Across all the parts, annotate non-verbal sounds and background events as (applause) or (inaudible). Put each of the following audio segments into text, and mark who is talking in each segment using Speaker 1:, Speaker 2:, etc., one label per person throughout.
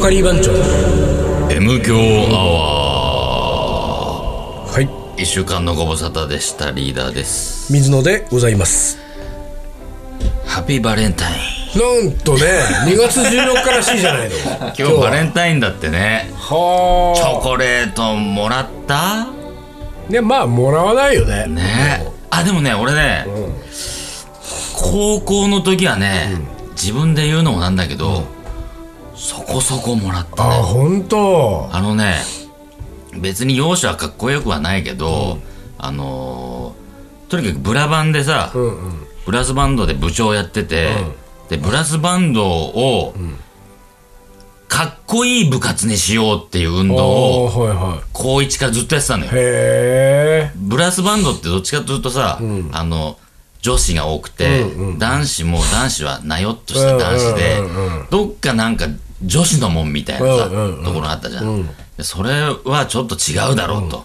Speaker 1: カリー番長
Speaker 2: M 強アワ
Speaker 1: はい
Speaker 2: ー一週間のご無沙汰でしたリーダーです
Speaker 1: 水野でございます
Speaker 2: ハッピーバレンタイン
Speaker 1: なんとね
Speaker 2: (laughs)
Speaker 1: 2月14日らしいじゃないの
Speaker 2: 今日バレンタインだってねチョ
Speaker 1: は
Speaker 2: コレートもらった
Speaker 1: あねまあもらわないよね
Speaker 2: ねあでもね俺ね、高校の時はね、自分で言うのもなんだけど、そこそこもらった
Speaker 1: あ本当
Speaker 2: あのね、別に容姿はかっこよくはないけど、あのーとにかくブラバンでさ、
Speaker 1: うんうん
Speaker 2: ブラスバンドで部長やってて、で、ブラスバンドを、かっこいい部活にしようっていう運動
Speaker 1: お
Speaker 2: を、
Speaker 1: ーはいは
Speaker 2: 高1からずっとやってたのよ
Speaker 1: い。へえ
Speaker 2: ブラスバンドってどっちかというとさ、あの、女子が多くて、男子も男子はなよっとした男子で、
Speaker 1: うんうん
Speaker 2: どっかなんか女子のもんみたいなさ、
Speaker 1: うんうんうん
Speaker 2: ところがあったじゃん、でそれはちょっと違うだろうと。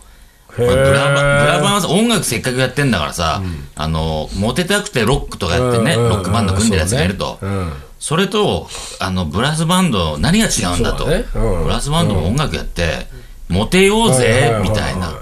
Speaker 1: へ
Speaker 2: まあ
Speaker 1: ー
Speaker 2: ブラバブラバンはさ音楽せっかくやってんだからさ、あのモテたくてロックとかやってね、ロックバンド組んでるやつがいると、
Speaker 1: そうねうん
Speaker 2: それとあのブラスバンド何が違うんだ
Speaker 1: そ
Speaker 2: と、
Speaker 1: うだねうん
Speaker 2: ブラスバンドも音楽やって、モテよう
Speaker 1: はいはい
Speaker 2: ぜ
Speaker 1: はいはい
Speaker 2: みたいな、っ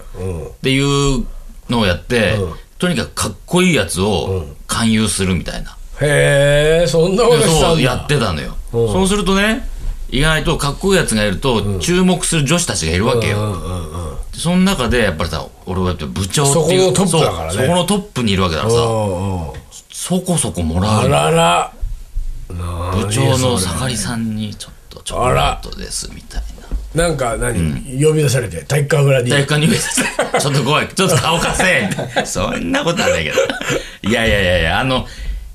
Speaker 2: ていうのをやって、とにかくかっこいいやつを勧誘するみたいな、
Speaker 1: へえそんなことした
Speaker 2: そ
Speaker 1: ん
Speaker 2: う
Speaker 1: だ
Speaker 2: やってたのよ、そうするとね意外とかっこいいやつがいると注目する女子たちがいるわけよ、
Speaker 1: うんうんうん
Speaker 2: その中でやっぱりさ俺はやっぱ部長っていう
Speaker 1: そこのトップだからね
Speaker 2: そうそこのトップにいるわけだからさ
Speaker 1: うんうん
Speaker 2: そこそこも
Speaker 1: あ
Speaker 2: らうの
Speaker 1: らら
Speaker 2: 部長の盛りさんにちょっとチョコレートですみたいな
Speaker 1: なんか何呼び出されて体育館裏に
Speaker 2: 体育館に上さちょっ
Speaker 1: (laughs)
Speaker 2: と怖いちょっと顔貸せみたいなそんなことはないけどいやいやいやいやあの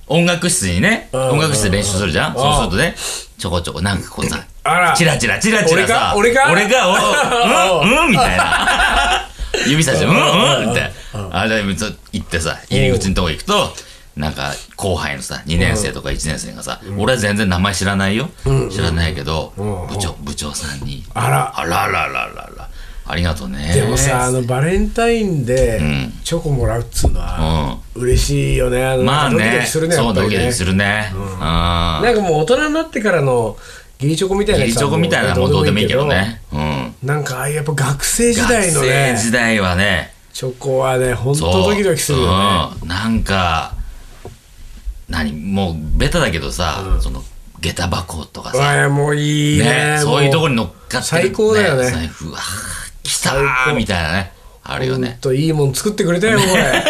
Speaker 2: 音楽室にね
Speaker 1: ん
Speaker 2: 音楽室で練習するじゃんそうするとねちょこちょこなんかこうさ
Speaker 1: (laughs) あら
Speaker 2: チラチラチラチラさ
Speaker 1: 俺か
Speaker 2: 俺
Speaker 1: 俺 (laughs)
Speaker 2: がおううんうんみたいな指さしてうんうん
Speaker 1: うん
Speaker 2: ってあれちょっと行ってさ入り口のとこ行くとなんか後輩のさ2年生とか1年生がさ俺は全然名前知らないよ知らないけど
Speaker 1: ん
Speaker 2: 部長部長さんに
Speaker 1: あら
Speaker 2: あらららららありがとうね
Speaker 1: でもさあのバレンタインで
Speaker 2: ん
Speaker 1: チョコもらうっつうのは嬉しいよねあの
Speaker 2: まあね
Speaker 1: ドキドキするねや
Speaker 2: そう
Speaker 1: っぱり
Speaker 2: ドキド
Speaker 1: ね
Speaker 2: キするねうん
Speaker 1: なんかもう大人になってからの義理チョコみたいなや
Speaker 2: 義理
Speaker 1: つ
Speaker 2: チ
Speaker 1: は
Speaker 2: ョコみたいなもんどうでもいいけどねうん
Speaker 1: なんかああいうやっぱ学生時
Speaker 2: 学
Speaker 1: 代の
Speaker 2: 生
Speaker 1: ね
Speaker 2: 時代はね
Speaker 1: チョコはね本
Speaker 2: そう
Speaker 1: 当ドキドキするよね
Speaker 2: うんなんか何もうベタだけどさその下駄箱とか
Speaker 1: う
Speaker 2: さ
Speaker 1: わあもういいね
Speaker 2: ねそういうとこに
Speaker 1: の
Speaker 2: 乗っかってる
Speaker 1: 最高だよね
Speaker 2: 財布うわ来たーみたいなねあ
Speaker 1: あ
Speaker 2: るよね
Speaker 1: といいもん作ってくれたよこれ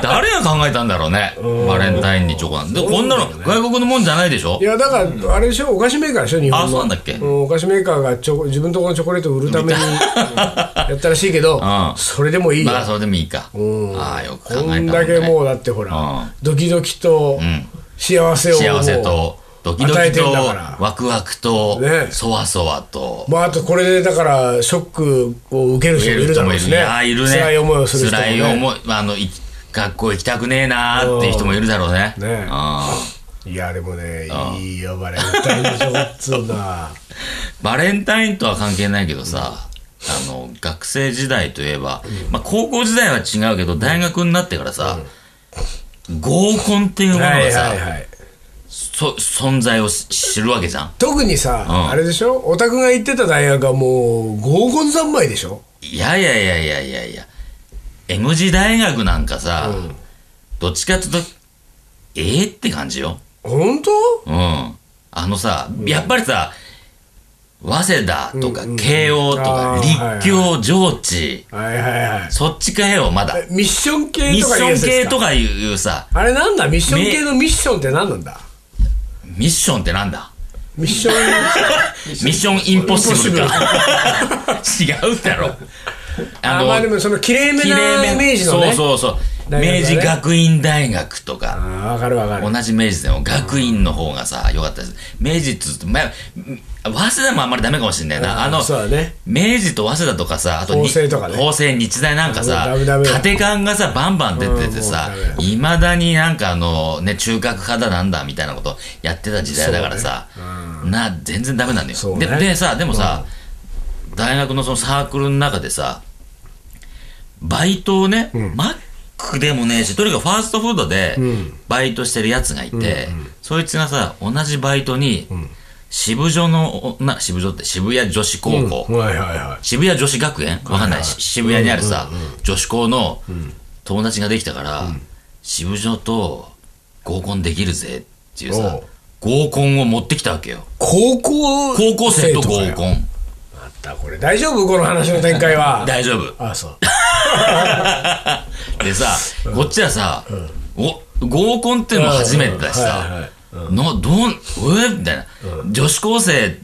Speaker 2: 誰が考えたんだろうねバレンタインにチョコなんてでこんなの外国のもんじゃないでしょ
Speaker 1: (laughs) いやだからあれでしょお菓子メーカーでしょ日本の
Speaker 2: あそうなんだっけ
Speaker 1: うんお菓子メーカーがチョコ自分のとこのチョコレートを売るためにやったらしいけど
Speaker 2: (laughs) うん
Speaker 1: それでもいいよ
Speaker 2: まあそれでもいいか
Speaker 1: うん
Speaker 2: ああよく考えた
Speaker 1: こ
Speaker 2: もん
Speaker 1: ん
Speaker 2: ね
Speaker 1: だけもうだってほら、
Speaker 2: うん
Speaker 1: ドキドキと
Speaker 2: ん
Speaker 1: 幸せをもう
Speaker 2: 幸せとドキド
Speaker 1: 与え
Speaker 2: キ
Speaker 1: てん
Speaker 2: と
Speaker 1: だから
Speaker 2: ワクワクと
Speaker 1: ね
Speaker 2: そわそわと
Speaker 1: まあ、あとこれでだからショックを受ける人もいるだろうし
Speaker 2: い
Speaker 1: ね
Speaker 2: やいるね
Speaker 1: 辛い思いをする人も、ね、
Speaker 2: 辛い思いあのい学校行きたくねえなーっていう人もいるだろうね
Speaker 1: うんね
Speaker 2: うん
Speaker 1: いやでもねいいよバレンタインのショックっつうの
Speaker 2: (laughs)
Speaker 1: は
Speaker 2: バレンタインとは関係ないけどさあの学生時代といえば、まあ、高校時代は違うけど大学になってからさ、合コンっていうもの
Speaker 1: は
Speaker 2: が
Speaker 1: い
Speaker 2: さ、
Speaker 1: はいはい
Speaker 2: そ存在をし知るわけじゃん
Speaker 1: 特にさ、
Speaker 2: ん
Speaker 1: あれでしょオタクが行ってた大学はもう合コン三昧でしょ
Speaker 2: いやいやいやいやいやいや M 字大学なんかさ、どっちかっていうとええって感じよ
Speaker 1: 本当
Speaker 2: うんあのさやっぱりさ早稲田とか慶応と
Speaker 1: あ
Speaker 2: か
Speaker 1: ー
Speaker 2: 立教上智
Speaker 1: はいはいはい
Speaker 2: そっちかよまだ
Speaker 1: えミッション系
Speaker 2: ミッ
Speaker 1: とかい
Speaker 2: シ
Speaker 1: う
Speaker 2: ョ
Speaker 1: や
Speaker 2: ン
Speaker 1: つです
Speaker 2: 系
Speaker 1: か
Speaker 2: とかいうさ
Speaker 1: あれなんだミッション系のミッションって何なんだ
Speaker 2: ミッションってなんだ
Speaker 1: ミッショ (laughs) ン
Speaker 2: ミッションインポッシブル
Speaker 1: (laughs)
Speaker 2: か違うだろ
Speaker 1: あまあでもその綺麗め
Speaker 2: 綺麗
Speaker 1: な
Speaker 2: め
Speaker 1: イメージのね
Speaker 2: そうそうそう、
Speaker 1: 大学はね
Speaker 2: 明治学院大学とか
Speaker 1: あ分かる分かる
Speaker 2: 同じ明治でも学院の方がさ良かったです明治っつうと、まあ、早稲田もあんまりダメかもしれないなあの
Speaker 1: そうだね
Speaker 2: 明治と早稲田とかさあとに
Speaker 1: 法政とかね
Speaker 2: 法政日大なんかさ
Speaker 1: ダメダメダメ
Speaker 2: 縦感がさバンバン出ててさ
Speaker 1: うんもうダメ
Speaker 2: いまだになんかあのね中核派だなんだみたいなことやってた時代だからさ、な全然ダメなんだ
Speaker 1: そ
Speaker 2: よ、
Speaker 1: うね
Speaker 2: ででさでもさ、大学のそのサークルの中でさバイトをね、マックでもねえしとにかくファーストフードでバイトしてるやつがいて、そいつがさ同じバイトに渋女の女、渋女って渋谷女子高校、
Speaker 1: はいはいは
Speaker 2: 渋谷女子学園わかんない、し渋谷にあるさ、女子校の友達ができたから、渋女と合コンできるぜっていうさ
Speaker 1: おう、
Speaker 2: 合コンを持ってきたわけよ。
Speaker 1: い。高校
Speaker 2: 高校生と合
Speaker 1: 生かよ
Speaker 2: コン。
Speaker 1: またこれ大丈夫この話の展開は。
Speaker 2: (laughs) 大丈夫。
Speaker 1: あ、そう。
Speaker 2: でさ、こっちはさ、お合コンっていうのも初めてだし
Speaker 1: うんうんはい
Speaker 2: さ、のどん、えーみたいな、女子高生って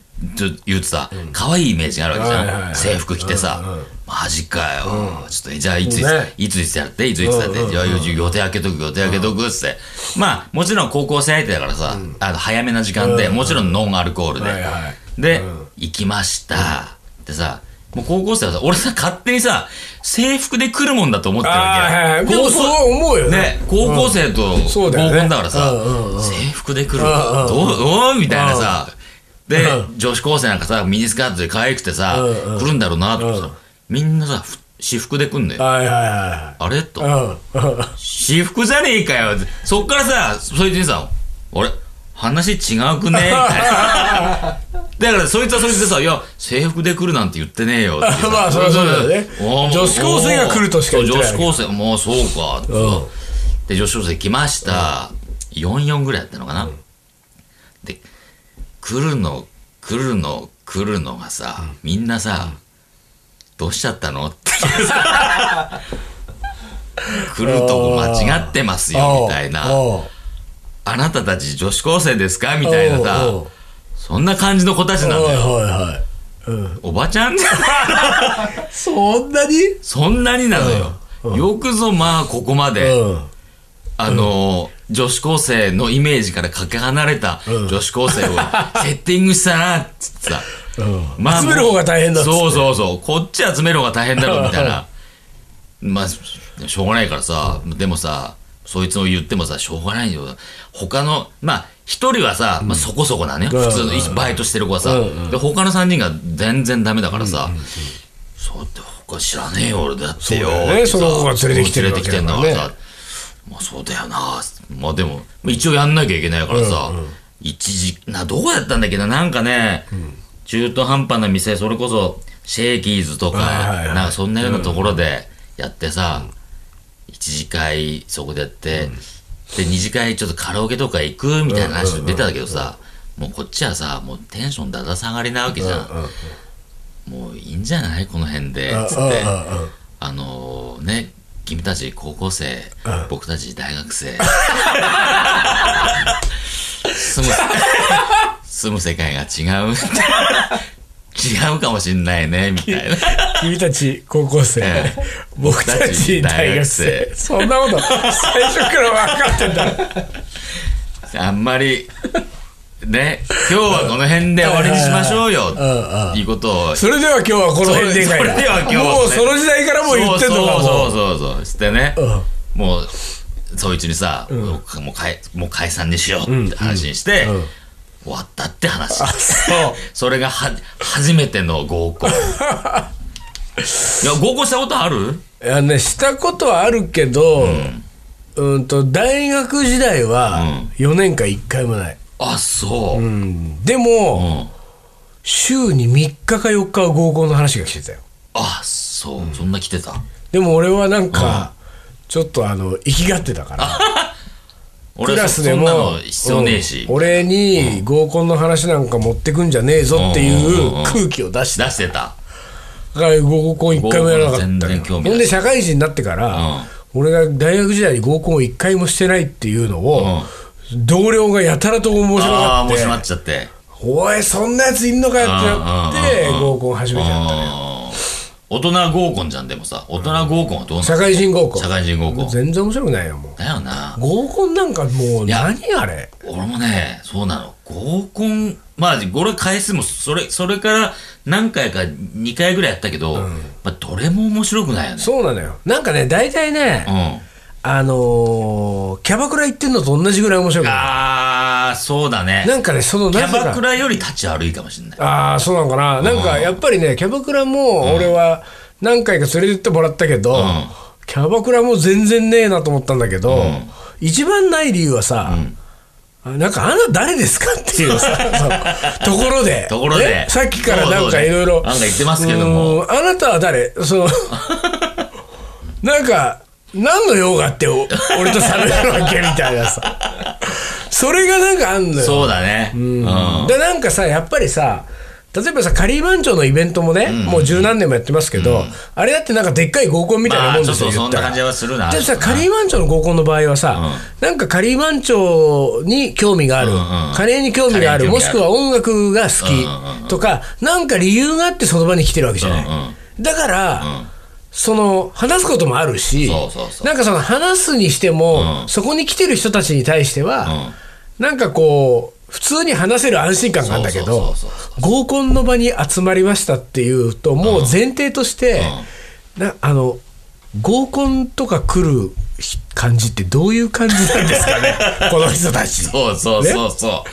Speaker 2: 言うとさ、可愛いイメージがあるわけじ
Speaker 1: はいはい
Speaker 2: ゃ
Speaker 1: は
Speaker 2: ん。
Speaker 1: い
Speaker 2: 制服着てさ、マジかよ。ちょっと、じゃあ、いついつ
Speaker 1: ね、
Speaker 2: いついつやって、いついつやって、じゃあ、予定開けとく、予定開けとくっつって。まあ、もちろん高校生相手だからさ、あの早めな時間で、もちろんノンアルコールで
Speaker 1: はいはい。
Speaker 2: で、行きました。でさ、もう高校生はさ、俺さ、勝手にさ、制服で来るもんだと思ってる
Speaker 1: ああ、はいは
Speaker 2: わ
Speaker 1: い。
Speaker 2: け
Speaker 1: で
Speaker 2: よ。
Speaker 1: もそう思うよね。
Speaker 2: ね、高校生と
Speaker 1: そ
Speaker 2: 合
Speaker 1: う
Speaker 2: コン
Speaker 1: だよね
Speaker 2: だからさ
Speaker 1: うんうんう、ん
Speaker 2: 制服で来る
Speaker 1: うんうんうん
Speaker 2: どう、おーみたいなさ、で
Speaker 1: う、
Speaker 2: 女子高生なんかさ、ミニスカートで可愛くてさ、
Speaker 1: うんうん
Speaker 2: 来るんだろうなと思ってさ、みんなさ、ふ私服で来んのよ。
Speaker 1: はいは
Speaker 2: あれと
Speaker 1: い。はい。うん。
Speaker 2: 私服じゃねえかよ。そっからさ、そいつにさ、あれ話違うくねみたいな。
Speaker 1: (laughs)
Speaker 2: だからそいつはそいつでさ、いや、制服で来るなんて言ってねえよっていう
Speaker 1: (laughs)
Speaker 2: さ。
Speaker 1: まあそりゃそうだよね
Speaker 2: おー
Speaker 1: 女子高生が来るとしか言ってない
Speaker 2: そう女子高生、もうそうか。で、女子高生来ました。44ぐらいだったのかな。で、来るの、来るの、来るのがさ、みんなさ、どうしちゃったのってい
Speaker 1: (laughs)
Speaker 2: うさ来るとこ間違ってますよ、みたいな。
Speaker 1: おうおう
Speaker 2: あなたたち女子高生ですかみたいな
Speaker 1: おうお
Speaker 2: さ
Speaker 1: う、
Speaker 2: そんな感じの子たちなん
Speaker 1: は
Speaker 2: だ
Speaker 1: い
Speaker 2: よ。
Speaker 1: はいはい。うん。
Speaker 2: おばち
Speaker 1: (laughs)
Speaker 2: ゃん
Speaker 1: そんなに
Speaker 2: そんなになのよ。よくぞまあここまで、
Speaker 1: うん。
Speaker 2: あの、女子高生のイメージからかけ離れた女子高生をセッティングしたな、っ
Speaker 1: (laughs)
Speaker 2: つってさ。
Speaker 1: うん
Speaker 2: まあ
Speaker 1: 集める方が大変だっつって
Speaker 2: そうそうそう。こっち集める方が大変だろ、みたいな。 (laughs) まあ、しょうがないからさ、でもさ、そいつを言ってもさ、しょうがないよ。他の、まあ、一人はさ、まあ、そこそこなのよ。
Speaker 1: うん
Speaker 2: 普通の一バイトしてる子はさ。で、他の三人が全然ダメだからさ、そうって他知らねえよ、俺だってよ。
Speaker 1: そうだよね
Speaker 2: ってさ
Speaker 1: その子が連れてきてる
Speaker 2: 連
Speaker 1: わ
Speaker 2: れ
Speaker 1: け
Speaker 2: てきて
Speaker 1: だから
Speaker 2: んだか
Speaker 1: ね
Speaker 2: らさ。まあそうだよな。まあでも、まあ一応やんなきゃいけないからさ、一時、な、どこだったんだっけど、なんかね、中途半端な店、それこそ、シェーキーズとか、
Speaker 1: はいはいはい
Speaker 2: なんかそんなようなところでやってさ、一次会そこでやって、で、二次会ちょっとカラオケとか行くみたいな話出たんだけどさ、もうこっちはさ、もうテンションだだ下がりなわけじゃん。もういいんじゃないこの辺で、つっ
Speaker 1: うん
Speaker 2: て。
Speaker 1: うんうん
Speaker 2: あのね、君たち高校生、僕たち大学生。住む、住む世界が違う。違うかもしんないね、みたいな。
Speaker 1: 君たち高校生
Speaker 2: ええ、
Speaker 1: 僕たち大学
Speaker 2: 大
Speaker 1: 生。そんなこと、最初から分かってんだ。
Speaker 2: あんまり、ね、今日はこの辺で終わりにしましょうよ、
Speaker 1: うんうん
Speaker 2: いうことを。
Speaker 1: それでは今日はこの辺でいいかいな
Speaker 2: それそれでは今日はね
Speaker 1: もうその時代からもう言ってんのかもう。
Speaker 2: そうそうそうそうしてね、
Speaker 1: う
Speaker 2: もうそいつにさ、もうもう解もう解散にしようって話にして、
Speaker 1: うんうん
Speaker 2: 終わったって話
Speaker 1: そう
Speaker 2: (laughs) それがは初めての合
Speaker 1: (laughs)
Speaker 2: コンいや合コンしたことある
Speaker 1: いやね、したことはあるけど、うん、と大学時代は4年間1回もない、
Speaker 2: あそう、うん
Speaker 1: うんでも、週に3日か4日は合コンの話が来てたよ
Speaker 2: あそう、そんな来てた
Speaker 1: でも俺はなんか、ちょっとあの生きがってたから
Speaker 2: 俺はそそんなの必要ねえし、
Speaker 1: うん俺に合コンの話なんか持ってくんじゃねえぞっていう空気を出して
Speaker 2: 出してた
Speaker 1: だから合コン1回もやらなかった
Speaker 2: 全然
Speaker 1: よ
Speaker 2: 興味ない
Speaker 1: ほんで社会人になってから、俺が大学時代に合コンを1回もしてないっていうのを、同僚がやたらと面白
Speaker 2: あ
Speaker 1: がっ
Speaker 2: あー面
Speaker 1: て
Speaker 2: 白くなっちゃって
Speaker 1: おいそんなやついんのかよってなって
Speaker 2: うんうんうん
Speaker 1: 合コン始めちゃったね
Speaker 2: あー大人合コンじゃんでもさ大人合コンはどうなの
Speaker 1: 社会人合コン
Speaker 2: 社会人合コン
Speaker 1: 全然面白くないよも
Speaker 2: だよな
Speaker 1: う合コンなんかもう
Speaker 2: や
Speaker 1: 何あれ
Speaker 2: 俺もねそうなの合コンまあ俺回数もそれそれから何回か2回ぐらいやったけど、まあ、どれも面白くないよね
Speaker 1: そうなのよなんかね大体ね
Speaker 2: う、ん
Speaker 1: あのーキャバクラ行ってんのと同じぐらい面白くな
Speaker 2: あーそうだね
Speaker 1: いなんかねその
Speaker 2: キ
Speaker 1: な
Speaker 2: ャ
Speaker 1: ぜか
Speaker 2: バクラより立ち悪いかもしれない
Speaker 1: ああそうなのかななんかやっぱりねキャバクラも俺は何回か連れてってもらったけど、
Speaker 2: ん
Speaker 1: キャバクラも全然ねえなと思ったんだけど、一番ない理由はさ、あなんかあなた誰ですかっていうさ
Speaker 2: (laughs)
Speaker 1: そうところで
Speaker 2: ところで
Speaker 1: ねさっきからなん
Speaker 2: そうそう
Speaker 1: かいろいろ
Speaker 2: なんか言ってますけども
Speaker 1: うーんあなたは誰そ
Speaker 2: (laughs)
Speaker 1: のなんか何の用があってお俺と喋るわけみたいなさそれがなんかあんのよ
Speaker 2: そうだねうん
Speaker 1: でなんかさやっぱりさ例えばさカリー番長のイベントもね、もう十何年もやってますけど、あれだってなんかでっかい合コンみたいな
Speaker 2: ま
Speaker 1: も
Speaker 2: あ
Speaker 1: ん
Speaker 2: ちょ
Speaker 1: で
Speaker 2: っ
Speaker 1: すよ、
Speaker 2: とそん
Speaker 1: 言った
Speaker 2: な
Speaker 1: ら
Speaker 2: 感じはするな
Speaker 1: でさ、カリー番長の合コンの場合はさ、なんかカリー番長に興味がある、
Speaker 2: んうん
Speaker 1: カレーに興味がある、
Speaker 2: カレーに興味がある
Speaker 1: もしくは音楽が好
Speaker 2: うんうんう
Speaker 1: きとか、なんか理由があってその場に来てるわけじゃない。
Speaker 2: うんうん
Speaker 1: だから、
Speaker 2: ん
Speaker 1: その話すこともあるし
Speaker 2: そうそうそう
Speaker 1: なんかその話すにしても、
Speaker 2: うん
Speaker 1: そこに来てる人たちに対しては、なんかこう普通に話せる安心感があるんだけど
Speaker 2: そうそうそう
Speaker 1: 合コンの場に集まりましたっていうともう前提として、なあの合コンとか来るひ感じってどういう感じなんです
Speaker 2: (laughs)
Speaker 1: かねこの人たち
Speaker 2: そうそうそうそ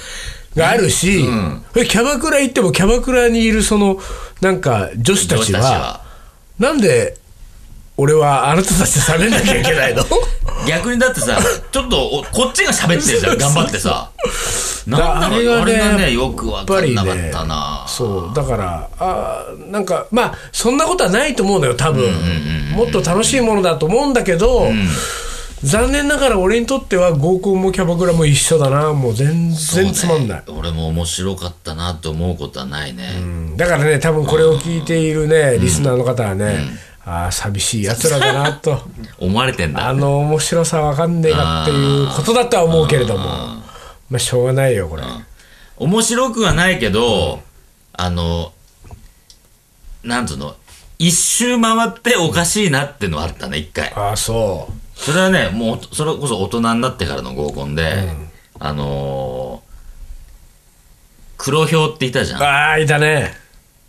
Speaker 2: う
Speaker 1: があるし、
Speaker 2: ん
Speaker 1: えキャバクラ行ってもキャバクラにいるそのなんか女子たち
Speaker 2: 女子たち
Speaker 1: は
Speaker 2: は。
Speaker 1: なんで俺はあなたたちと喋んなきゃいけないの
Speaker 2: 逆にだってさ、ちょっとおこっちが喋ってるじゃん、頑張ってさ。なんだろう、
Speaker 1: だ
Speaker 2: あれがね、よくわかんなかったな。
Speaker 1: そうだからあーなんかまあそんなことはないと思うのよ多分、もっと楽しいものだと思うんだけど、残念ながら俺にとっては合コンもキャバクラも一緒だなもう全然つまんない、
Speaker 2: そうね俺も面白かったなと思うことはないね。
Speaker 1: うんだからね多分これを聞いているね、リスナーの方はね、ああ寂しいやつらだなと
Speaker 2: 思われてんだ。
Speaker 1: あの面白さわかんねえなっていうことだとは思うけれどもまあしょうがないよこれ。
Speaker 2: 面白くはないけど、あの、なんつうの、一周回っておかしいなってのはあったね、一回。
Speaker 1: ああそう
Speaker 2: それはね、もう、それこそ大人になってからの合コンで、あのー黒豹っていたじゃん。
Speaker 1: ああいたね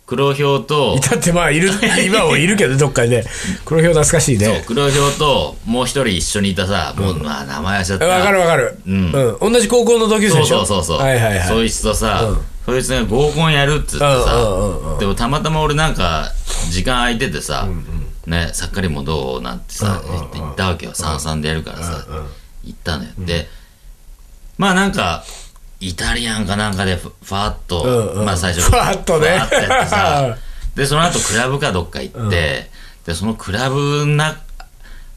Speaker 2: 黒豹と
Speaker 1: い、たってまあ
Speaker 2: (laughs)
Speaker 1: いる今もいるけどねどっかにね黒ひょう懐かしい
Speaker 2: そう
Speaker 1: ね
Speaker 2: 黒豹と、もう一人一緒にいたさ、もう、まあ、名前はしちゃった。
Speaker 1: わかるわかるう
Speaker 2: うんん
Speaker 1: 同じ高校の同級生
Speaker 2: そ
Speaker 1: で
Speaker 2: う
Speaker 1: しょ
Speaker 2: そうそうそう。
Speaker 1: はいはいは
Speaker 2: そ
Speaker 1: い
Speaker 2: いつとさ、そいつが合コンやるっつって
Speaker 1: うんうん
Speaker 2: さ、でもたまたま俺なんか、時間空いててさ、ね、さっかりもどうなんてさ、言ったわけよ。三々でやるからさ、行ったのよ。で、まあなんか、イタリアンかなんかでフファーっと、
Speaker 1: うんうん
Speaker 2: まあ最初
Speaker 1: ファーっとね
Speaker 2: ファーってやっ
Speaker 1: (laughs)
Speaker 2: てさでその後クラブかどっか行って、でそのクラブな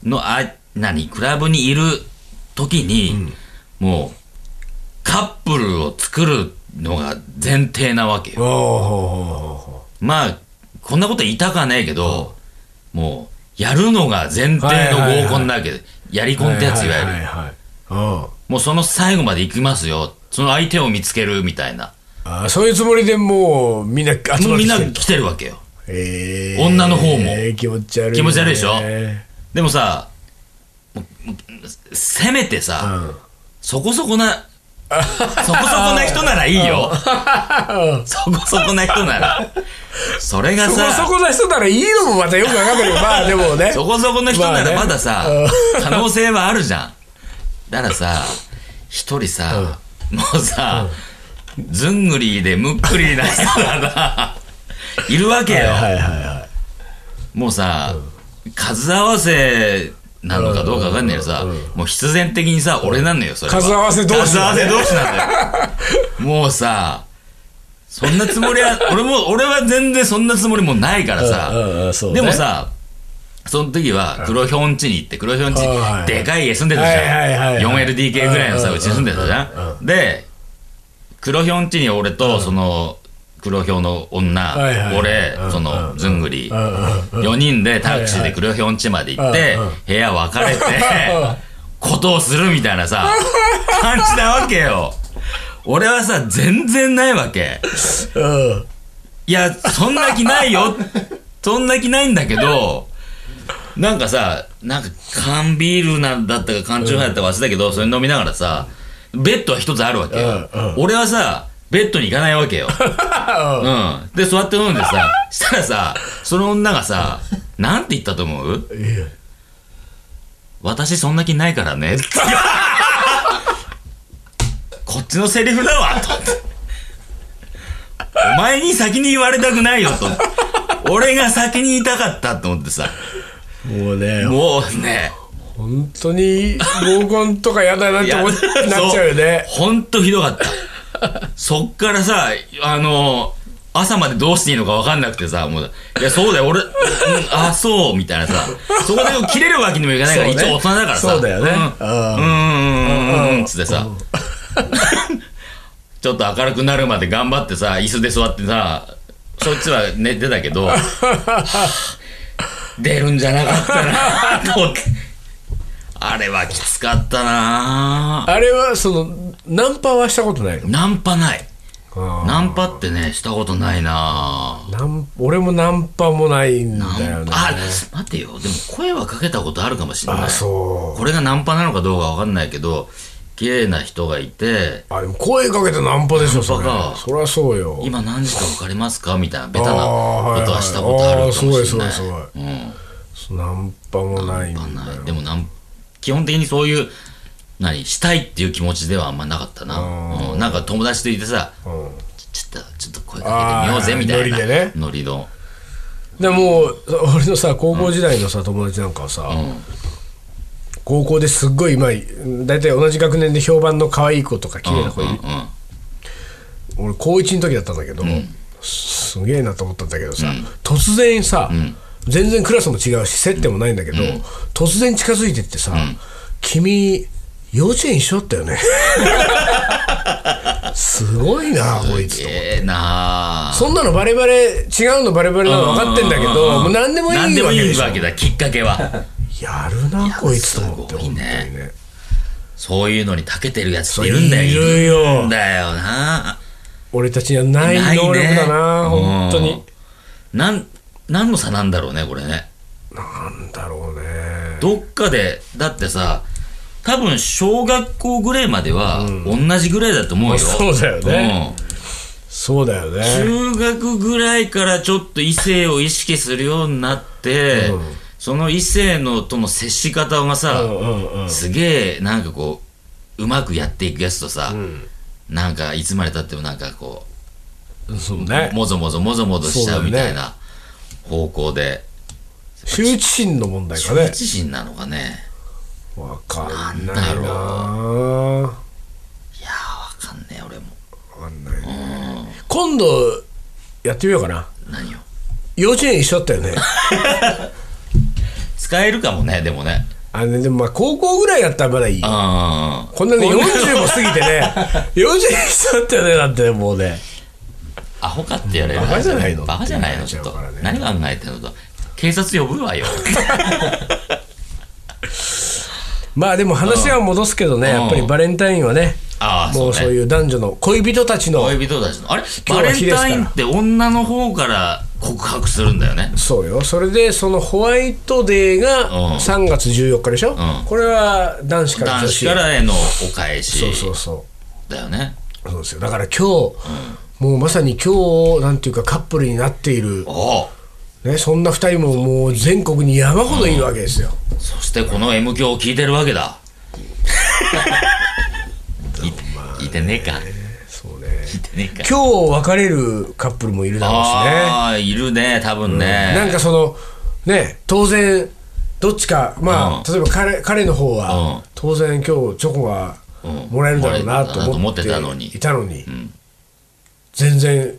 Speaker 2: のあ何クラブにいる時に、もうカップルを作るのが前提なわけよ
Speaker 1: おーほ
Speaker 2: まあこんなこと言いたくはないけど、もうやるのが前提の合コンなわけで、やり
Speaker 1: ーほーほー
Speaker 2: コンってやついわゆる、
Speaker 1: はいはいはいうん
Speaker 2: もうその最後まで行きますよその相手を見つけるみたいな
Speaker 1: あーそういうつもりでもうみんな集まって
Speaker 2: もうみんな
Speaker 1: きてる
Speaker 2: 来てるわけよ
Speaker 1: えー
Speaker 2: 女の方も
Speaker 1: 気持ち悪いね
Speaker 2: 気持ち悪いでしょでもさもうもうせめてさ、
Speaker 1: うん
Speaker 2: そこそこなそこそこな人ならい
Speaker 1: (laughs)
Speaker 2: いよそこそこな人ならそれが
Speaker 1: そこ
Speaker 2: さ
Speaker 1: そこな人ならいいのもまたよくわかんないけどま
Speaker 2: (laughs)
Speaker 1: あでもね
Speaker 2: そこそこの人な
Speaker 1: ま
Speaker 2: ら
Speaker 1: あ
Speaker 2: ま
Speaker 1: ね
Speaker 2: ださ、可能性はあるじゃん。だからさ、一人さ、もうさ、ずんぐりでむっくりな人が
Speaker 1: (laughs)
Speaker 2: さ、いるわけよ。
Speaker 1: はいはいは
Speaker 2: もうさ、数合わせなのかどうかわかんないけどさ、もう必然的にさ、俺なんのよ、それは。
Speaker 1: 数合わせ同士だね
Speaker 2: 数合わせ同士なん
Speaker 1: (laughs)
Speaker 2: だよ。もうさ、そんなつもりは、俺も、俺は全然そんなつもりもないからさ、
Speaker 1: うんうんうんそうね
Speaker 2: でもさ、その時は黒ひょんちに行って、黒ひょんち
Speaker 1: うんはい、
Speaker 2: でかい家住んでたじ
Speaker 1: はいはい
Speaker 2: ゃん。
Speaker 1: はいはい
Speaker 2: 4LDK ぐらいの
Speaker 1: う
Speaker 2: さ、
Speaker 1: ん
Speaker 2: うちに住んでたじゃん。で、黒ひょんちに俺と、その、黒ひょうの女
Speaker 1: はいはい、
Speaker 2: 俺
Speaker 1: う、ん
Speaker 2: その、ずんぐり、4人でタクシーで黒ひょんちまで行っ
Speaker 1: はい
Speaker 2: て
Speaker 1: はいうんうん、
Speaker 2: 部屋分かれて (laughs)
Speaker 1: うん、
Speaker 2: ことをするみたいなさ、感じなわけよ。俺はさ、全然ないわけ。
Speaker 1: いうん
Speaker 2: いや、そんな気ないよ。そんな気ないんだけど、なんかさ、なんか缶ビールなんだったか缶チューハイだったか忘れたけど、それ飲みながらさ、ベッドは一つあるわけよ。
Speaker 1: うんうん
Speaker 2: 俺はさ、ベッドに行かないわけよ。うん。で、座って飲んでさ、したらさ、その女がさ、なんて言ったと思う
Speaker 1: いや
Speaker 2: 私そんな気ないからね。 (laughs) こっちのセリフだわ、と思って。お前に先に言われたくないよ、と思って。俺が先に言いたかったと思ってさ。
Speaker 1: もうね
Speaker 2: もうね、
Speaker 1: 本当に合コンとか嫌だなって思っ
Speaker 2: いや
Speaker 1: なっちゃうよね
Speaker 2: そうほんとひどかったそっからさあの朝までどうしていいのか分かんなくてさ、もう、いや、そうだよ、俺、うん、あ、そう、みたいなさ、そこで切れるわけにもいかないから、
Speaker 1: そうね
Speaker 2: 一応大人だからさ。
Speaker 1: そうだよね
Speaker 2: う
Speaker 1: うん
Speaker 2: ん、うん、うん、うん、つってさ、ちょっと明るくなるまで頑張ってさ、椅子で座ってさ、そいつは寝てたけど、はぁ出るんじゃなかったなと思って。あれはきつかったな
Speaker 1: あれはそのナンパはしたことないの
Speaker 2: ナンパない。
Speaker 1: あ
Speaker 2: ナンパってね、したことないな
Speaker 1: ナン俺もナンパもないんだよね
Speaker 2: あ、待てよ。でも声はかけたことあるかもしれない
Speaker 1: あ。そ
Speaker 2: これがナンパなのかどうかわかんないけど、綺麗な人がいて、
Speaker 1: うあでも声かけてナンパでしょそれ
Speaker 2: ナンパか
Speaker 1: そりゃそうよ
Speaker 2: 今何時か分かりますかみたいな、ベタな
Speaker 1: あー
Speaker 2: ことはしたことあるかもしれない。
Speaker 1: あーすごいすごいすごい
Speaker 2: うん。
Speaker 1: ナンパもないんだ
Speaker 2: わかん
Speaker 1: よ
Speaker 2: ないでもなん基本的にそういう何したいっていう気持ちではあんまなかったな、うん、なんか友達といてさ、
Speaker 1: ん
Speaker 2: ちょっとちょっと声かけてみようぜみたいな
Speaker 1: あーノリでね
Speaker 2: ノリの
Speaker 1: でもう俺のさ高校時代のさ、友達なんかはさ、高校ですっごい今大体同じ学年で評判の可愛い子とか綺麗な子いる、
Speaker 2: うんうん
Speaker 1: 俺高1の時だったんだけど、すすげえなと思ったんだけどさ、突然さ、全然クラスも違うし接点もないんだけど、突然近づいてってさ、君幼稚園一緒だったよね (laughs) すごいなこいつと
Speaker 2: ええな
Speaker 1: そんなのバレバレ違うのバレバレなの分かってんだけどもう何でもいいわ
Speaker 2: 何でも
Speaker 1: けで
Speaker 2: いい
Speaker 1: しょ
Speaker 2: わけだきっか
Speaker 1: (laughs)
Speaker 2: けは
Speaker 1: やるなこいつと思って
Speaker 2: すご
Speaker 1: 本当
Speaker 2: いね
Speaker 1: にね
Speaker 2: そういうのに長けてるやつっているんだよ
Speaker 1: いるよ
Speaker 2: いるんだよな
Speaker 1: 俺たちにはない
Speaker 2: ないね
Speaker 1: 能力だな本当に
Speaker 2: うんなん何の差なんだろうねこれね
Speaker 1: なんだろうね
Speaker 2: どっかで、だってさ、多分小学校ぐらいまでは同じぐらいだと思うよ。
Speaker 1: そうだよねそうだよ
Speaker 2: うん
Speaker 1: ね
Speaker 2: 中学ぐらいからちょっと異性を意識するようになって、その異性のとの接し方がさ、
Speaker 1: うんうんうん
Speaker 2: すげえなんかこう、うまくやっていくやつとさ、なんかいつまでたってもなんかこ
Speaker 1: そう
Speaker 2: う、
Speaker 1: ね
Speaker 2: もぞもぞもぞもぞしちゃうみたいな方向で、
Speaker 1: 羞恥心の問題か
Speaker 2: 羞
Speaker 1: ね
Speaker 2: 恥心なのかね。
Speaker 1: わかんな
Speaker 2: ないんだ
Speaker 1: なわ
Speaker 2: いやー、わかんねえ、俺も。
Speaker 1: かんないね今度やってみようかな
Speaker 2: 何を。
Speaker 1: 幼稚園一緒だったよね
Speaker 2: 使えるかもね、でもね。
Speaker 1: あのねでもまあ高校ぐらいだったらまだいい
Speaker 2: ああ。
Speaker 1: こんなね40も過ぎてね40一緒だったよねだってもうね
Speaker 2: (laughs) アホかってやれよ
Speaker 1: バカじゃないの
Speaker 2: バカじゃないの、ちょっと。何考えてんのと。警察呼ぶ
Speaker 1: (laughs)
Speaker 2: わよ。
Speaker 1: まあでも話は戻すけどね、
Speaker 2: うん
Speaker 1: やっぱりバレンタインはね、
Speaker 2: あ
Speaker 1: も
Speaker 2: あ、そうう
Speaker 1: そう
Speaker 2: ね。
Speaker 1: いう男女の恋人たちの、
Speaker 2: 恋人たちの。あれ
Speaker 1: 日
Speaker 2: バ
Speaker 1: は
Speaker 2: レ
Speaker 1: 日
Speaker 2: ン
Speaker 1: ですか
Speaker 2: タ
Speaker 1: ら
Speaker 2: インって女の方から告白するんだよね。
Speaker 1: そうよ、それでそのホワイトデー
Speaker 2: うん
Speaker 1: が3月14日でしょ、
Speaker 2: ん
Speaker 1: これは男子から
Speaker 2: 男
Speaker 1: 女
Speaker 2: 子
Speaker 1: 子
Speaker 2: からへのお返し
Speaker 1: そうそうそ
Speaker 2: だよね。
Speaker 1: う、そうですよ、だから今日、もうまさに今日なんていうか、カップルになっている、
Speaker 2: おう
Speaker 1: ね、そんな2人ももう全国に山ほどいるわけですよ。
Speaker 2: そしてこの M 響を聞いてるわけだ。 (laughs) 聞いてねえか。
Speaker 1: そうね
Speaker 2: 聞いてねえか。
Speaker 1: 今日別れるカップルもいるだろうしね。
Speaker 2: ああ、いるね、多分ね。
Speaker 1: なんかそのね当然どっちかまあ、
Speaker 2: うん
Speaker 1: 例えば彼彼の方は、
Speaker 2: うん
Speaker 1: 当然今日チョコが
Speaker 2: うん
Speaker 1: もらえるだろうなと思って
Speaker 2: もらえるだろうなと思って
Speaker 1: いたのに、全然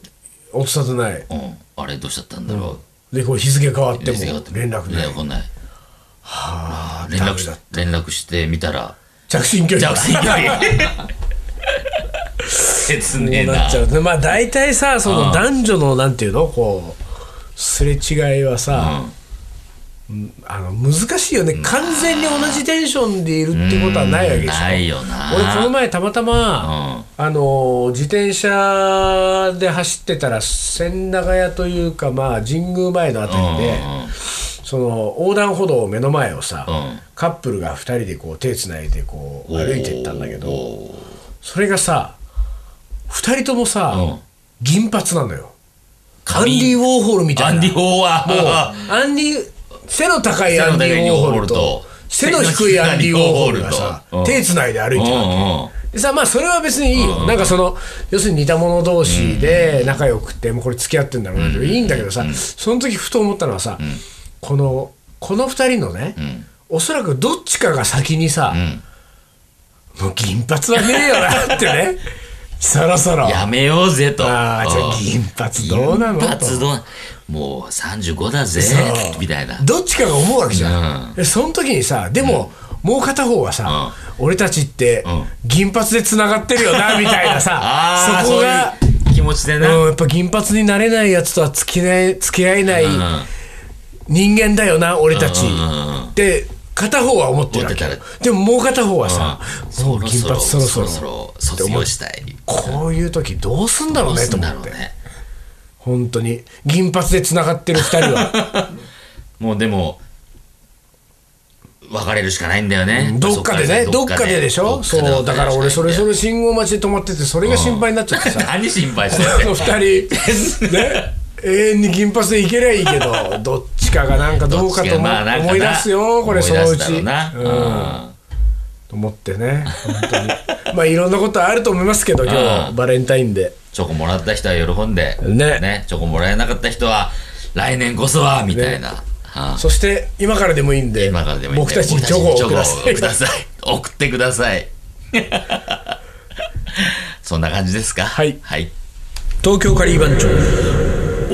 Speaker 1: 落とさずない
Speaker 2: うん、あれどうしちゃったんだろう。
Speaker 1: でこう日付変わっても
Speaker 2: 日付変わっても
Speaker 1: 連絡
Speaker 2: 連
Speaker 1: ない
Speaker 2: 絡来ない。
Speaker 1: はあ
Speaker 2: 連絡
Speaker 1: ダメ
Speaker 2: し
Speaker 1: だ
Speaker 2: 連絡してみたら
Speaker 1: 着信拒否
Speaker 2: 着信拒
Speaker 1: (laughs)
Speaker 2: 否切ねえ
Speaker 1: そうな
Speaker 2: な
Speaker 1: っちゃうでまあ大体さその男女のなんていうのこうすれ違いはさ、うんあの難しいよね完全に同じテンションでいるってことはないわけでしょ
Speaker 2: ないよな
Speaker 1: 俺この前たまたま、あの自転車で走ってたら千長屋というかまあ神宮前のあたりで、その横断歩道を目の前をさ、
Speaker 2: うん
Speaker 1: カップルが2人でこう手つないでこう
Speaker 2: うんうん
Speaker 1: 歩いてったんだけど
Speaker 2: お
Speaker 1: それがさ2人ともさ、
Speaker 2: うん
Speaker 1: 銀髪なのよアンデ
Speaker 2: 髪
Speaker 1: ィ・ウォーホルみた
Speaker 2: ア
Speaker 1: い
Speaker 2: ン
Speaker 1: な
Speaker 2: ディ・オーは
Speaker 1: もう (laughs) アンディ背の高いアンディ・ウォーホルと
Speaker 2: 背
Speaker 1: 背
Speaker 2: の
Speaker 1: の
Speaker 2: 低
Speaker 1: 低
Speaker 2: い
Speaker 1: い
Speaker 2: ア
Speaker 1: ア
Speaker 2: ン
Speaker 1: ン
Speaker 2: デ
Speaker 1: デ
Speaker 2: ィ
Speaker 1: ィ・ウ
Speaker 2: ウォ
Speaker 1: ォー
Speaker 2: ーホ
Speaker 1: ホ
Speaker 2: ル
Speaker 1: ル
Speaker 2: と
Speaker 1: がさ
Speaker 2: うん
Speaker 1: 手つないで歩いてるわけ
Speaker 2: うんうん
Speaker 1: でさまあそれは別にいいよ、なんかその要するに似た者同士で仲良くてもうこれ付き合ってんだろうなけど、いいんだけどさ、その時ふと思ったのはさ、このこの2人のね、おそらくどっちかが先にさ、
Speaker 2: ん
Speaker 1: もう銀髪はねえよなって (laughs) ねそろそろ
Speaker 2: やめようぜと。
Speaker 1: ああじゃあ
Speaker 2: うん
Speaker 1: 銀髪どうなの
Speaker 2: 銀
Speaker 1: と
Speaker 2: 髪どうなもう35だぜ
Speaker 1: そう
Speaker 2: みたいな。
Speaker 1: どっちかが思うわけじゃん、でその時にさでも、もう片方はさ、俺たちって
Speaker 2: ん
Speaker 1: 銀髪でつながってるよなみたいなさ
Speaker 2: (laughs) ああ、
Speaker 1: そ
Speaker 2: そ
Speaker 1: こ
Speaker 2: う
Speaker 1: が
Speaker 2: いう気持ちで
Speaker 1: う
Speaker 2: な。
Speaker 1: ん、やっぱ銀髪になれないやつとは付き合い付き合えない人間だよな俺たち
Speaker 2: うんうんうん
Speaker 1: って片方は思ってるわけよ
Speaker 2: 思って
Speaker 1: でももう片方はさもう銀髪そろそろ
Speaker 2: 卒業したい。
Speaker 1: こういう時どうすんだろう
Speaker 2: どう
Speaker 1: ね
Speaker 2: す
Speaker 1: と
Speaker 2: ん
Speaker 1: 思
Speaker 2: だろ
Speaker 1: っ
Speaker 2: う
Speaker 1: て
Speaker 2: ね。
Speaker 1: 本当に銀髪でつながってる2人は
Speaker 2: もうでも、別れるしかないんだよね。
Speaker 1: どっかでねどっかででしょそうだから俺それそれ
Speaker 2: れ。
Speaker 1: 信号待ちで止まっててそれが心配になっちゃってさ
Speaker 2: 何心配して
Speaker 1: あ
Speaker 2: る
Speaker 1: の
Speaker 2: の
Speaker 1: 二
Speaker 2: (laughs)
Speaker 1: 人ね永遠に銀髪でいけりゃいいけどどっちかがなんかどうかと思,、
Speaker 2: まあなんかな
Speaker 1: 思い出すよこれそのうち
Speaker 2: 思い出すだろうな
Speaker 1: と思ってね本当にまあいろんなことあると思いますけど今
Speaker 2: う
Speaker 1: 日
Speaker 2: ん
Speaker 1: バレンタインで
Speaker 2: チョコもらった人は喜んで、
Speaker 1: ね
Speaker 2: チョコもらえなかった人は、来年こそは、みたいな。はあ
Speaker 1: そして今からでもいいんで
Speaker 2: 今からでもいいん
Speaker 1: 僕
Speaker 2: で
Speaker 1: たちにチョコをくださ
Speaker 2: 僕たちにチョコを
Speaker 1: い
Speaker 2: ください。送ってください。
Speaker 1: (laughs)
Speaker 2: そんな感じですか
Speaker 1: はい
Speaker 2: はい。
Speaker 1: 東京カリー番長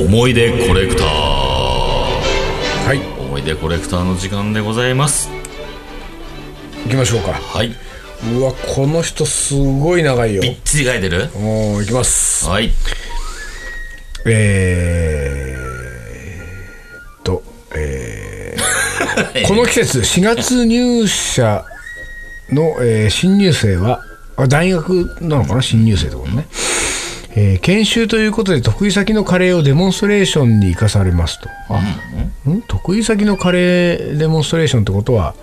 Speaker 2: 思い出コレクター。
Speaker 1: はい行
Speaker 2: 思い出コレクターの時間でございます。
Speaker 1: きましょうか
Speaker 2: はい。
Speaker 1: うわこの人すごい長いよ
Speaker 2: びっちり書いてる
Speaker 1: もう行きます
Speaker 2: はい。
Speaker 1: えーっと、えーこの季節4月入社の、えー新入生はあ大学なのかな新入生ってことね、えー研修ということで得意先のカレーをデモンストレーションに生かされますとあ、ん、得意先のカレーデモンストレーションってことは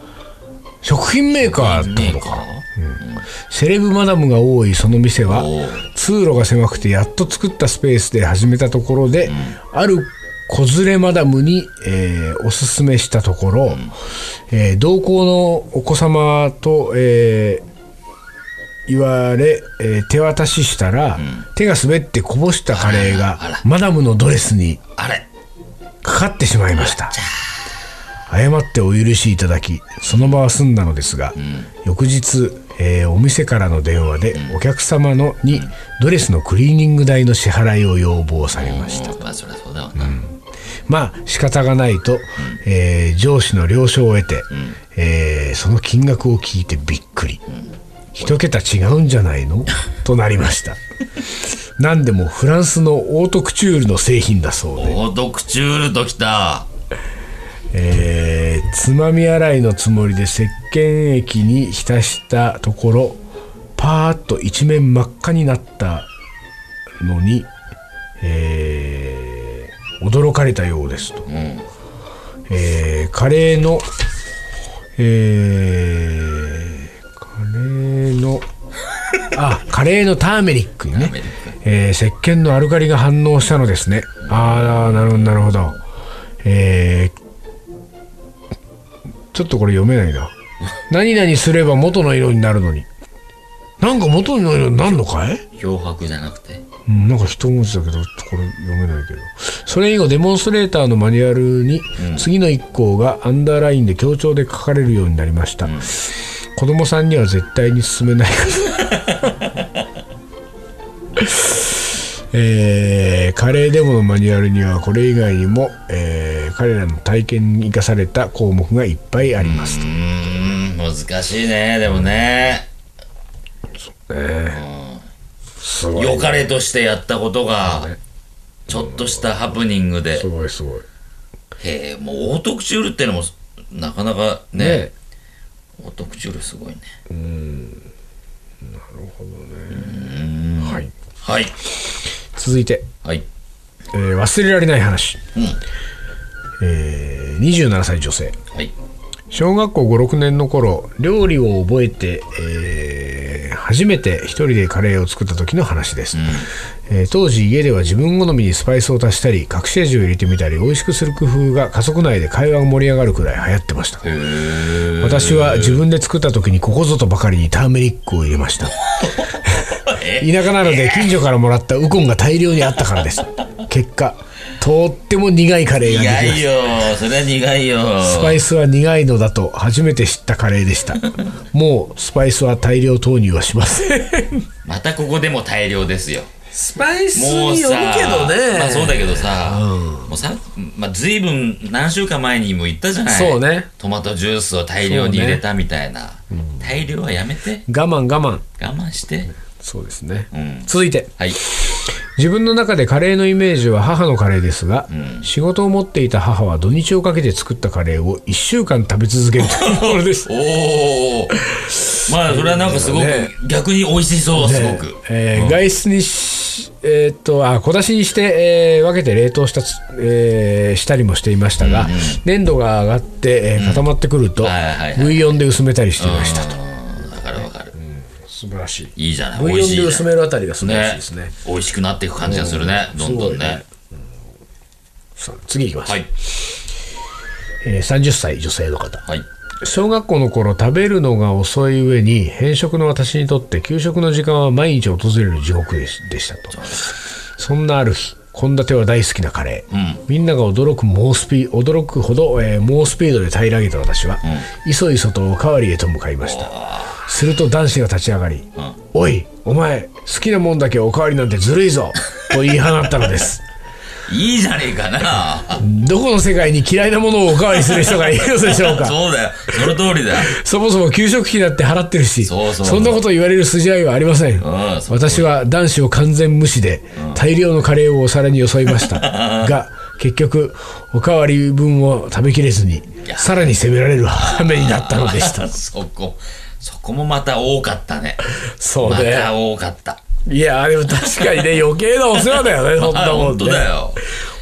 Speaker 1: 食品メーカーって
Speaker 2: メー
Speaker 1: こ
Speaker 2: カ
Speaker 1: と
Speaker 2: ー
Speaker 1: かセレブマダムが多いその店は
Speaker 2: おう
Speaker 1: 通路が狭くてやっと作ったスペースで始めたところで、ある子連れマダムに、えーおすすめしたところ、えー同行のお子様と、えー言われ、えー手渡ししたら、手が滑ってこぼしたカレーが
Speaker 2: あら
Speaker 1: マダムのドレスに
Speaker 2: あれ
Speaker 1: かかってしまいました謝ってお許しいただきその場は済んだのですが、翌日、えーお店からの電話でお客様のにドレスのクリーニング代の支払いを要望されました、
Speaker 2: まあそりゃそうだわな。
Speaker 1: まあ仕方がないと、えー上司の了承を得て、えーその金額を聞いてびっくり、一桁違うんじゃないのとなりました何でもフランスのオートクチュールの製品だそうで
Speaker 2: オートクチュールときた。
Speaker 1: えーつまみ洗いのつもりで石鹸液に浸したところパーッと一面真っ赤になったのに、えー驚かれたようですと、
Speaker 2: ん
Speaker 1: えーカレーのえーカレーのあカレーのターメリックにね
Speaker 2: メリック、
Speaker 1: えー石鹸のアルカリが反応したのですねああなるほどなるほどえーちょっとこれ読めないな何々すれば元の色になるのになんか元の色になるのかい
Speaker 2: 漂白じゃなくて。
Speaker 1: うん、なんか一文字だけど、これ読めないけど。それ以後、デモンストレーターのマニュアルに、次の一項がアンダーラインで強調で書かれるようになりました。子供さんには絶対に勧
Speaker 2: (laughs)
Speaker 1: めないこと。えーカレーデモのマニュアルにはこれ以外にも、えー彼らの体験に生かされた項目がいっぱいあります
Speaker 2: うーん、難しいね、でもね。
Speaker 1: すご
Speaker 2: 良かれとしてやったことが、ちょっとしたハプニングで
Speaker 1: す。ごいすごい
Speaker 2: へえ、もうオートクチュールってのも、なかなかね、
Speaker 1: ね
Speaker 2: オートクチュールすごいね。
Speaker 1: はい、
Speaker 2: はい。
Speaker 1: 続いて
Speaker 2: はい。
Speaker 1: えー忘れられない話、
Speaker 2: うん
Speaker 1: えー27歳女性
Speaker 2: はい。
Speaker 1: 小学校56年の頃料理を覚えて、えー初めて一人でカレーを作った時の話です、えー当時家では自分好みにスパイスを足したり隠し味を入れてみたり美味しくする工夫が家族内で会話が盛り上がるくらい流行ってました私は自分で作った時にここぞとばかりにターメリックを入れま
Speaker 2: (laughs)
Speaker 1: した
Speaker 2: え
Speaker 1: 田舎なので近所からもらったウコンが大量にあったからです結果とっても苦いカレーができま
Speaker 2: 苦
Speaker 1: した
Speaker 2: いよそれは苦いよ
Speaker 1: スパイスは苦いのだと初めて知ったカレーで (laughs) した。もうスパイスは大量投入はしません。
Speaker 2: またここでも大量ですよ
Speaker 1: (laughs) スパイス
Speaker 2: もう
Speaker 1: による
Speaker 2: さ
Speaker 1: けどね。
Speaker 2: まあそうだけどさ、もうさ、まあ、随分何週間前にも言ったじゃない
Speaker 1: そうね
Speaker 2: トマトジュースを大量に入れたみたいな、大量はやめて
Speaker 1: 我慢我慢。
Speaker 2: 我慢して
Speaker 1: そうですね。
Speaker 2: うん
Speaker 1: 続いて。
Speaker 2: はい
Speaker 1: 自分の中でカレーのイメージは母のカレーですが、仕事を持っていた母は土日をかけて作ったカレーを1週間食べ続けるというものでした。
Speaker 2: おおまあそれはなんかすごく、
Speaker 1: ね
Speaker 2: 逆に美味しそうすごく、
Speaker 1: えー外出にし、えーっとあ小出しにして、えー分けて冷凍したつ、えーしたりもしていましたが、粘度が上がって、えー固まってくると、
Speaker 2: はいはいはい
Speaker 1: ブイヨンで薄めたりしていましたと、
Speaker 2: うんわかるわかる、
Speaker 1: 素晴らしい
Speaker 2: いいじゃない
Speaker 1: ブイ
Speaker 2: 美
Speaker 1: ヨ
Speaker 2: 味
Speaker 1: ン
Speaker 2: し
Speaker 1: で
Speaker 2: いじゃない
Speaker 1: 薄めるあたりが素晴らしい
Speaker 2: ね
Speaker 1: ですね
Speaker 2: 美味しくなっていく感じがするね、どんどんね
Speaker 1: さあ次いきます、
Speaker 2: はい
Speaker 1: えー30歳女性の方
Speaker 2: はい
Speaker 1: 小学校の頃食べるのが遅い上に偏食の私にとって給食の時間は毎日訪れる地獄でしでしたとそんなある日献立は大好きなカレー、みんなが驚く猛スピ驚くほど、えー猛スピードで平らげた私は、いそいそとおかわりへと向かいましたすると男子が立ち上がり「おいお前好きなもんだけおかわりなんてずるいぞ」と言い放ったのです
Speaker 2: いいじゃねえかな
Speaker 1: どこの世界に嫌いなものをおかわりする人がいるのでしょうか
Speaker 2: そうだよその通りだ
Speaker 1: そもそも給食費だって払ってるし、
Speaker 2: そうそう
Speaker 1: そんなこと言われる筋合いはありません。
Speaker 2: んそう
Speaker 1: 私は男子を完全無視で、大量のカレーをお皿によそいました。
Speaker 2: (laughs)
Speaker 1: が、結局、おかわり分を食べきれずに、さらに責められる羽目になったのでし
Speaker 2: (laughs)
Speaker 1: た。
Speaker 2: そこそこもまた多かったね
Speaker 1: そう
Speaker 2: ま
Speaker 1: ね。
Speaker 2: た多かった
Speaker 1: いや、でも確かにね、余計なお世話だ
Speaker 2: (laughs)
Speaker 1: よね、そん
Speaker 2: あ
Speaker 1: なもん
Speaker 2: 本
Speaker 1: ね
Speaker 2: 当。だよ、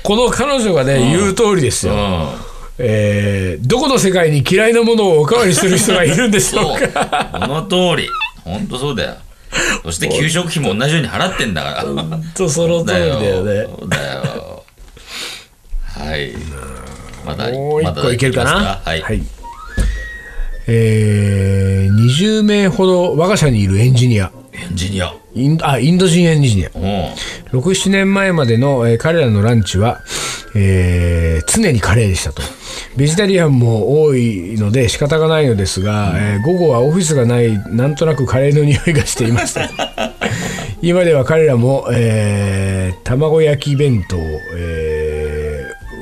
Speaker 1: この彼女がね、言う通りです
Speaker 2: う
Speaker 1: よ。
Speaker 2: ん、
Speaker 1: えーどこの世界に嫌いなものをおかわりする人がいるんでしょ (laughs)
Speaker 2: そうう
Speaker 1: か。
Speaker 2: この通り本当そうだよそして給食費も同じように払ってんだから
Speaker 1: 本 (laughs) 当その通りだよね。
Speaker 2: そうだよはいまだ
Speaker 1: もう一個いけるかな、
Speaker 2: まだますはい、
Speaker 1: えー、20名ほど我が社にいるエンジニア
Speaker 2: エンジニア
Speaker 1: インあインド人エンジニア
Speaker 2: うん
Speaker 1: 67年前までの、えー彼らのランチは、えー常にカレーでしたとベジタリアンも多いので仕方がないのですが、えー午後はオフィスがないなんとなくカレーの匂いがしていました (laughs) 今では彼らも、えー卵焼き弁当、えー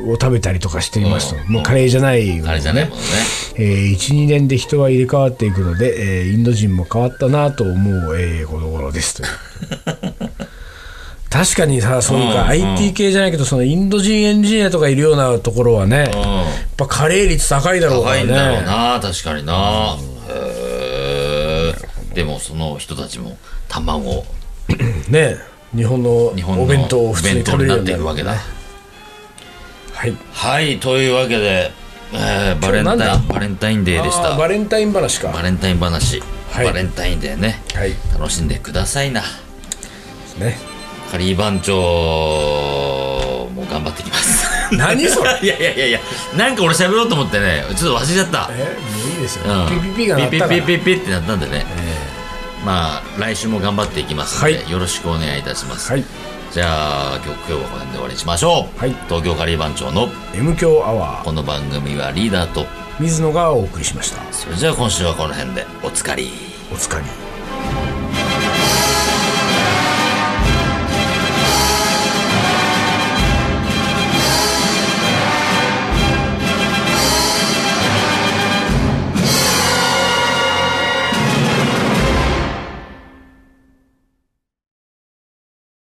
Speaker 1: を食べたりとかしていますと、もうカレーじゃないよね
Speaker 2: あれじゃないもんね
Speaker 1: えー、12年で人は入れ替わっていくので、えーインド人も変わったなと思う、えー、この頃ですという (laughs) 確かにさそういうか、IT 系じゃないけどそのインド人エンジニアとかいるようなところはね、やっ
Speaker 2: う
Speaker 1: ぱカレー率高いだろ
Speaker 2: ん
Speaker 1: うか
Speaker 2: 高
Speaker 1: ら
Speaker 2: い
Speaker 1: ね
Speaker 2: んだろうな確かになへえでもその人たちも卵
Speaker 1: ね日本の
Speaker 2: 日本の
Speaker 1: お弁当を普通に食べれるよう
Speaker 2: お
Speaker 1: に
Speaker 2: 弁当になっ
Speaker 1: な
Speaker 2: て
Speaker 1: いる
Speaker 2: くわけだ
Speaker 1: はい
Speaker 2: はいというわけで、えーバレン
Speaker 1: 今日なん
Speaker 2: タイ
Speaker 1: だ
Speaker 2: ンバレンタインデーでし
Speaker 1: あ
Speaker 2: た
Speaker 1: ーバレンタイン話か
Speaker 2: バレンタイン話、
Speaker 1: はい
Speaker 2: バレンタインデーね、
Speaker 1: はい
Speaker 2: 楽しんでくださいな
Speaker 1: ね
Speaker 2: カリー番長も頑張ってきます
Speaker 1: 何それ (laughs)
Speaker 2: いやいやいやいやなんか俺喋ろうと思ってねちょっと忘れちゃった
Speaker 1: えもういいですよ、
Speaker 2: うん
Speaker 1: ピピピが鳴ったから
Speaker 2: ピピピピピってなったんでね、まあ来週も頑張っていきますので、
Speaker 1: はい
Speaker 2: よろしくお願いいたします、
Speaker 1: はい
Speaker 2: じゃあ今日今日はこの辺で終わりにしましょう、
Speaker 1: はい
Speaker 2: 東京カリー番長の
Speaker 1: M 強アワー
Speaker 2: この番組はリーダーと
Speaker 1: 水野がお送りしました
Speaker 2: それじゃあ今週はこの辺でおつかり
Speaker 1: おつかり